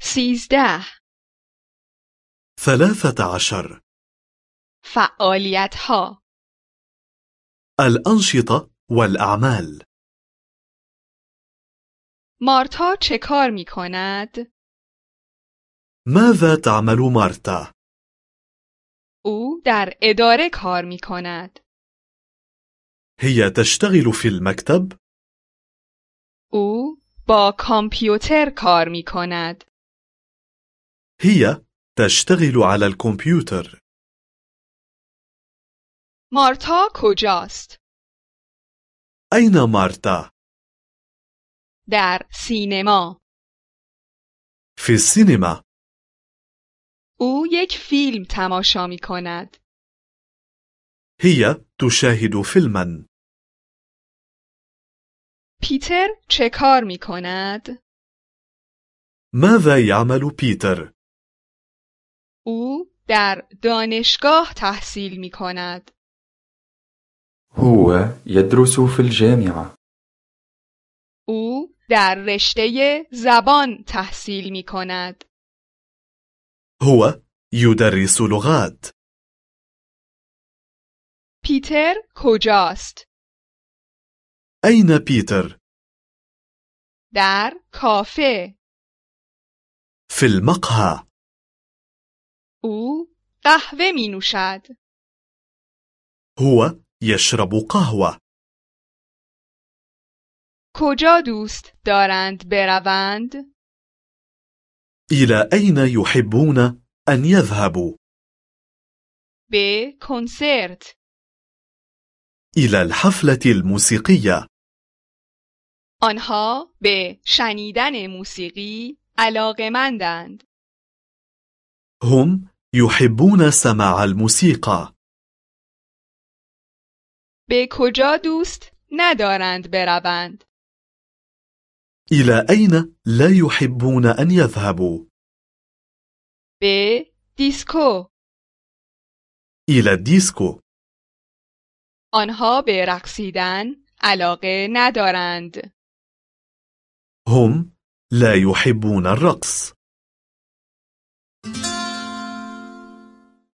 سیزده ثلاثة عشر فعالیت ها الأنشطة والأعمال مارتا چه کار می کند؟ ماذا تعمل مارتا؟ او در اداره کار می کند. هي تشتغل في المكتب؟ او با کامپیوتر کار می کند. هي تشتغل على الكمبيوتر مارتا کجاست؟ أين مارتا؟ در سینما. في السينما او یک فیلم تماشا می کند. هي تشاهد فيلما پیتر چه کار می کند؟ ماذا يعمل بيتر؟ او در دانشگاه تحصیل می کند. هو يدرس في الجامعة. او در رشته زبان تحصیل می کند. هو يدرس لغات پیتر کجاست؟ أين بيتر؟ در کافه. في المقهى او قهوه می نوشد. هو يشرب قهوة کجا دوست دارند بروند؟ إلى أين يحبون أن يذهبوا؟ به کنسرت. إلى الحفلة الموسيقية آنها به شنیدن موسیقی علاقمندند. هم يحبون سماع الموسيقى به کجا دوست ندارند بروند؟ إلى أين لا يحبون أن يذهبوا؟ به دیسکو. إلى الديسكو آنها به رقصیدن علاقه ندارند. هم لا يحبون الرقص